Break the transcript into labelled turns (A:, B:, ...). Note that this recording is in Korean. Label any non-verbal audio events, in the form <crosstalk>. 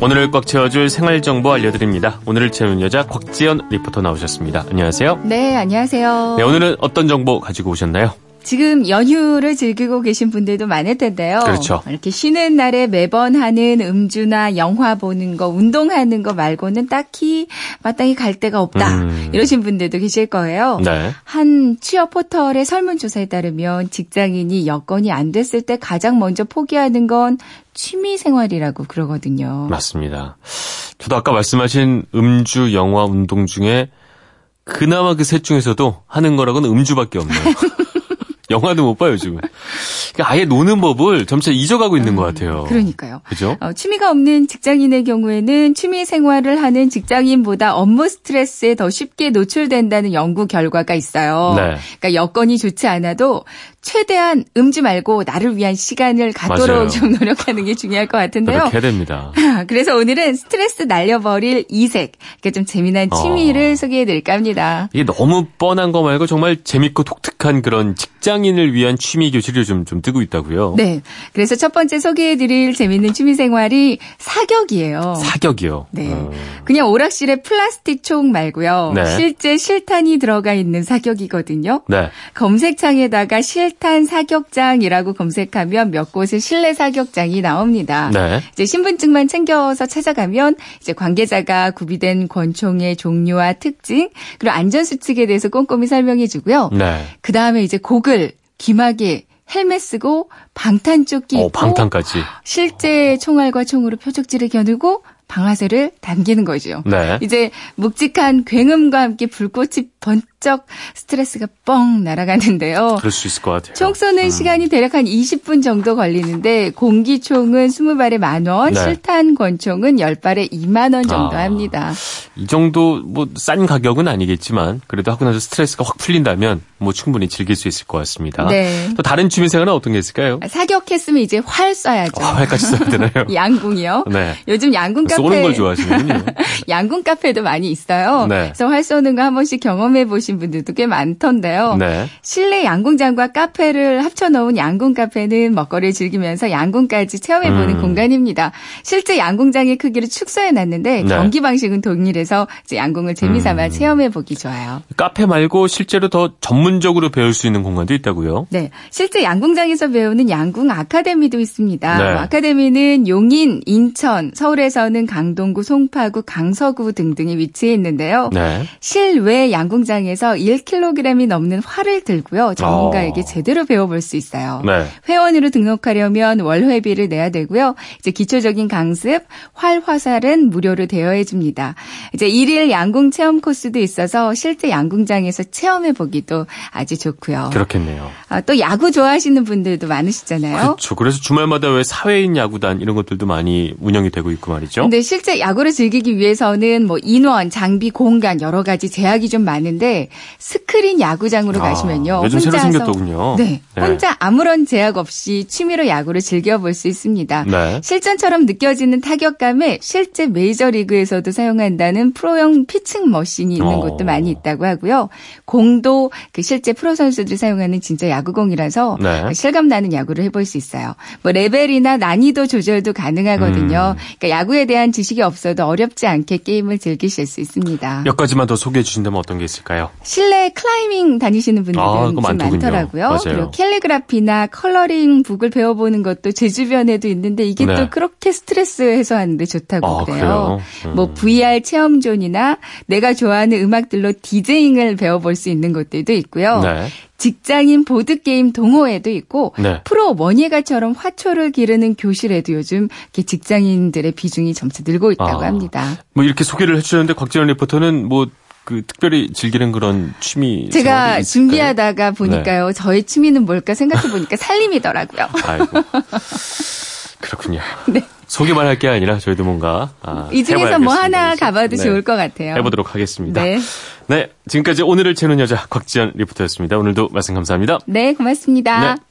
A: 오늘을 꽉 채워줄 생활 정보 알려드립니다. 오늘을 채우는 여자 곽지연 리포터 나오셨습니다. 안녕하세요.
B: 네, 안녕하세요.
A: 네, 오늘은 어떤 정보 가지고 오셨나요?
B: 지금 연휴를 즐기고 계신 분들도 많을 텐데요.
A: 그렇죠.
B: 이렇게 쉬는 날에 매번 하는 음주나 영화 보는 거, 운동하는 거 말고는 딱히 마땅히 갈 데가 없다.
A: 음.
B: 이러신 분들도 계실 거예요.
A: 네.
B: 한 취업 포털의 설문조사에 따르면 직장인이 여건이 안 됐을 때 가장 먼저 포기하는 건 취미 생활이라고 그러거든요.
A: 맞습니다. 저도 아까 말씀하신 음주, 영화, 운동 중에 그나마 그 셋 중에서도 하는 거라고는 음주밖에
B: <laughs>
A: 없네요. 영화도 못 봐요, 지금. 그러니까 아예 노는 법을 점차 잊어가고 있는 것 같아요.
B: 음, 그러니까요.
A: 그죠?
B: 어, 취미가 없는 직장인의 경우에는 취미 생활을 하는 직장인보다 업무 스트레스에 더 쉽게 노출된다는 연구 결과가 있어요.
A: 네.
B: 그러니까 여건이 좋지 않아도 최대한 음주 말고 나를 위한 시간을 갖도록
A: 맞아요.
B: 좀 노력하는 게 중요할 것 같은데요.
A: 그렇게 해야 됩니다.
B: <laughs> 그래서 오늘은 스트레스 날려버릴 이색, 이렇게 좀 재미난
A: 어.
B: 취미를 소개해드릴까 합니다.
A: 이게 너무 뻔한 거 말고 정말 재밌고 독특한 그런 직장인을 위한 취미 교실이 요즘 좀 뜨고 있다고요.
B: 네. 그래서 첫 번째 소개해드릴 재밌는 취미 생활이 사격이에요.
A: 사격이요.
B: 네.
A: 어.
B: 그냥 오락실에 플라스틱 총 말고요.
A: 네.
B: 실제 실탄이 들어가 있는 사격이거든요.
A: 네.
B: 검색창에다가 실탄 사격장이라고 검색하면 몇 곳의 실내 사격장이 나옵니다.
A: 네.
B: 이제 신분증만 챙겨서 찾아가면 이제 관계자가 구비된 권총의 종류와 특징 그리고 안전 수칙에 대해서 꼼꼼히 설명해 주고요.
A: 네.
B: 그 다음에 이제 고글, 귀마개, 헬멧 쓰고 방탄조끼
A: 어,
B: 입고
A: 방탄까지.
B: 실제 총알과 총으로 표적지를 겨누고 방아쇠를 당기는 거죠.
A: 네.
B: 이제 묵직한 굉음과 함께 불꽃이 번쩍 스트레스가 뻥 날아가는데요.
A: 그럴 수 있을 것 같아요.
B: 총 쏘는 시간이 대략 한 20분 정도 걸리는데 공기총은 20발에 만 원,
A: 네.
B: 실탄 권총은 10발에 2만 원 정도
A: 아.
B: 합니다.
A: 이 정도 뭐 싼 가격은 아니겠지만 그래도 하고 나서 스트레스가 확 풀린다면 뭐 충분히 즐길 수 있을 것 같습니다.
B: 네.
A: 또 다른 취미 생활은 어떤 게 있을까요?
B: 사격했으면 이제 활 쏴야죠.
A: 아, 활까지 써야
B: <laughs>
A: 되나요?
B: 양궁이요.
A: 네.
B: 요즘 양궁 카페
A: 쏘는 걸
B: <laughs>
A: 좋아하시는군요.
B: 양궁 카페도 많이 있어요.
A: 네.
B: 그래서 활 쏘는 거 한 번씩 경험해 보신 분들도 꽤 많던데요.
A: 네.
B: 실내 양궁장과 카페를 합쳐놓은 양궁 카페는 먹거리를 즐기면서 양궁까지 체험해보는
A: 음.
B: 공간입니다. 실제 양궁장의 크기를 축소해놨는데
A: 네.
B: 경기 방식은 동일해서 이제 양궁을 재미삼아
A: 음.
B: 체험해보기 좋아요.
A: 카페 말고 실제로 더 전문적으로 배울 수 있는 공간도 있다고요.
B: 네, 실제 양궁장에서 배우는 양궁 아카데미도 있습니다.
A: 네.
B: 뭐 아카데미는 용인, 인천, 서울에서는 강동구, 송파구, 강서구 등등이 위치해 있는데요.
A: 네.
B: 실외 양궁장에서 1kg이 넘는 활을 들고요. 전문가에게
A: 어.
B: 제대로 배워볼 수 있어요.
A: 네.
B: 회원으로 등록하려면 월회비를 내야 되고요. 이제 기초적인 강습, 활 화살은 무료로 대여해 줍니다. 이제 일일 양궁 체험 코스도 있어서 실제 양궁장에서 체험해 보기도 아주 좋고요.
A: 그렇겠네요.
B: 아, 또 야구 좋아하시는 분들도 많으시잖아요.
A: 그렇죠. 그래서 주말마다 왜 사회인 야구단 이런 것들도 많이 운영이 되고 있고 말이죠.
B: 근데 실제 야구를 즐기기 위해서는 뭐 인원, 장비, 공간 여러 가지 제약이 좀 많은데 스크린 야구장으로
A: 아,
B: 가시면요.
A: 요즘 새로
B: 혼자서-
A: 생겼더군요.
B: 네,
A: 네.
B: 혼자 아무런 제약 없이 취미로 야구를 즐겨볼 수 있습니다.
A: 네.
B: 실전처럼 느껴지는 타격감에 실제 메이저리그에서도 사용한다는 프로용 피칭 머신이 있는
A: 어.
B: 곳도 많이 있다고 하고요. 공도 그 실제 프로 선수들이 사용하는 진짜 야구공이라서
A: 네.
B: 실감 나는 야구를 해볼 수 있어요. 뭐 레벨이나 난이도
A: 음.
B: 조절도 가능하거든요. 그러니까 야구에 대한 지식이 없어도 어렵지 않게 게임을 즐기실 수 있습니다.
A: 몇 가지만 더 소개해 주신다면 어떤 게 있을까요?
B: 실내 클라이밍 다니시는 분들은
A: 아,
B: 좀
A: 그거 많더군요.
B: 많더라고요.
A: 맞아요.
B: 그리고 캘리그라피나 컬러링 북을 배워보는 것도 제 주변에도 있는데 이게
A: 네.
B: 또 그렇게 스트레스 해소하는데 좋다고
A: 아,
B: 그래요.
A: 그래요? 음.
B: 뭐 VR 체험존이나 내가 좋아하는 음악들로 디제잉을 배워볼 수 있는 곳들도 있고요.
A: 네.
B: 직장인 보드게임 동호회도 있고
A: 네.
B: 프로 원예가처럼 화초를 기르는 교실에도 요즘 이렇게 직장인들의 비중이 점차 늘고 있다고
A: 아.
B: 합니다.
A: 뭐 이렇게 소개를 해주셨는데 곽지연 리포터는 뭐 그 특별히 즐기는 그런 취미
B: 제가
A: 생활이 있을까요? 네.
B: 준비하다가 보니까요. 저의 취미는 뭘까
A: <laughs>
B: 생각해 보니까 살림이더라고요. 네.
A: 아이고 그렇군요. 소개만 할 게 아니라 저희도 뭔가 아,
B: 이 중에서 뭐 하나 가봐도
A: 네.
B: 좋을 것 같아요.
A: 해보도록 하겠습니다.
B: 네.
A: 네, 지금까지 오늘을 채우는 여자 곽지연 리포터였습니다. 오늘도 말씀 감사합니다.
B: 네, 고맙습니다.
A: 네.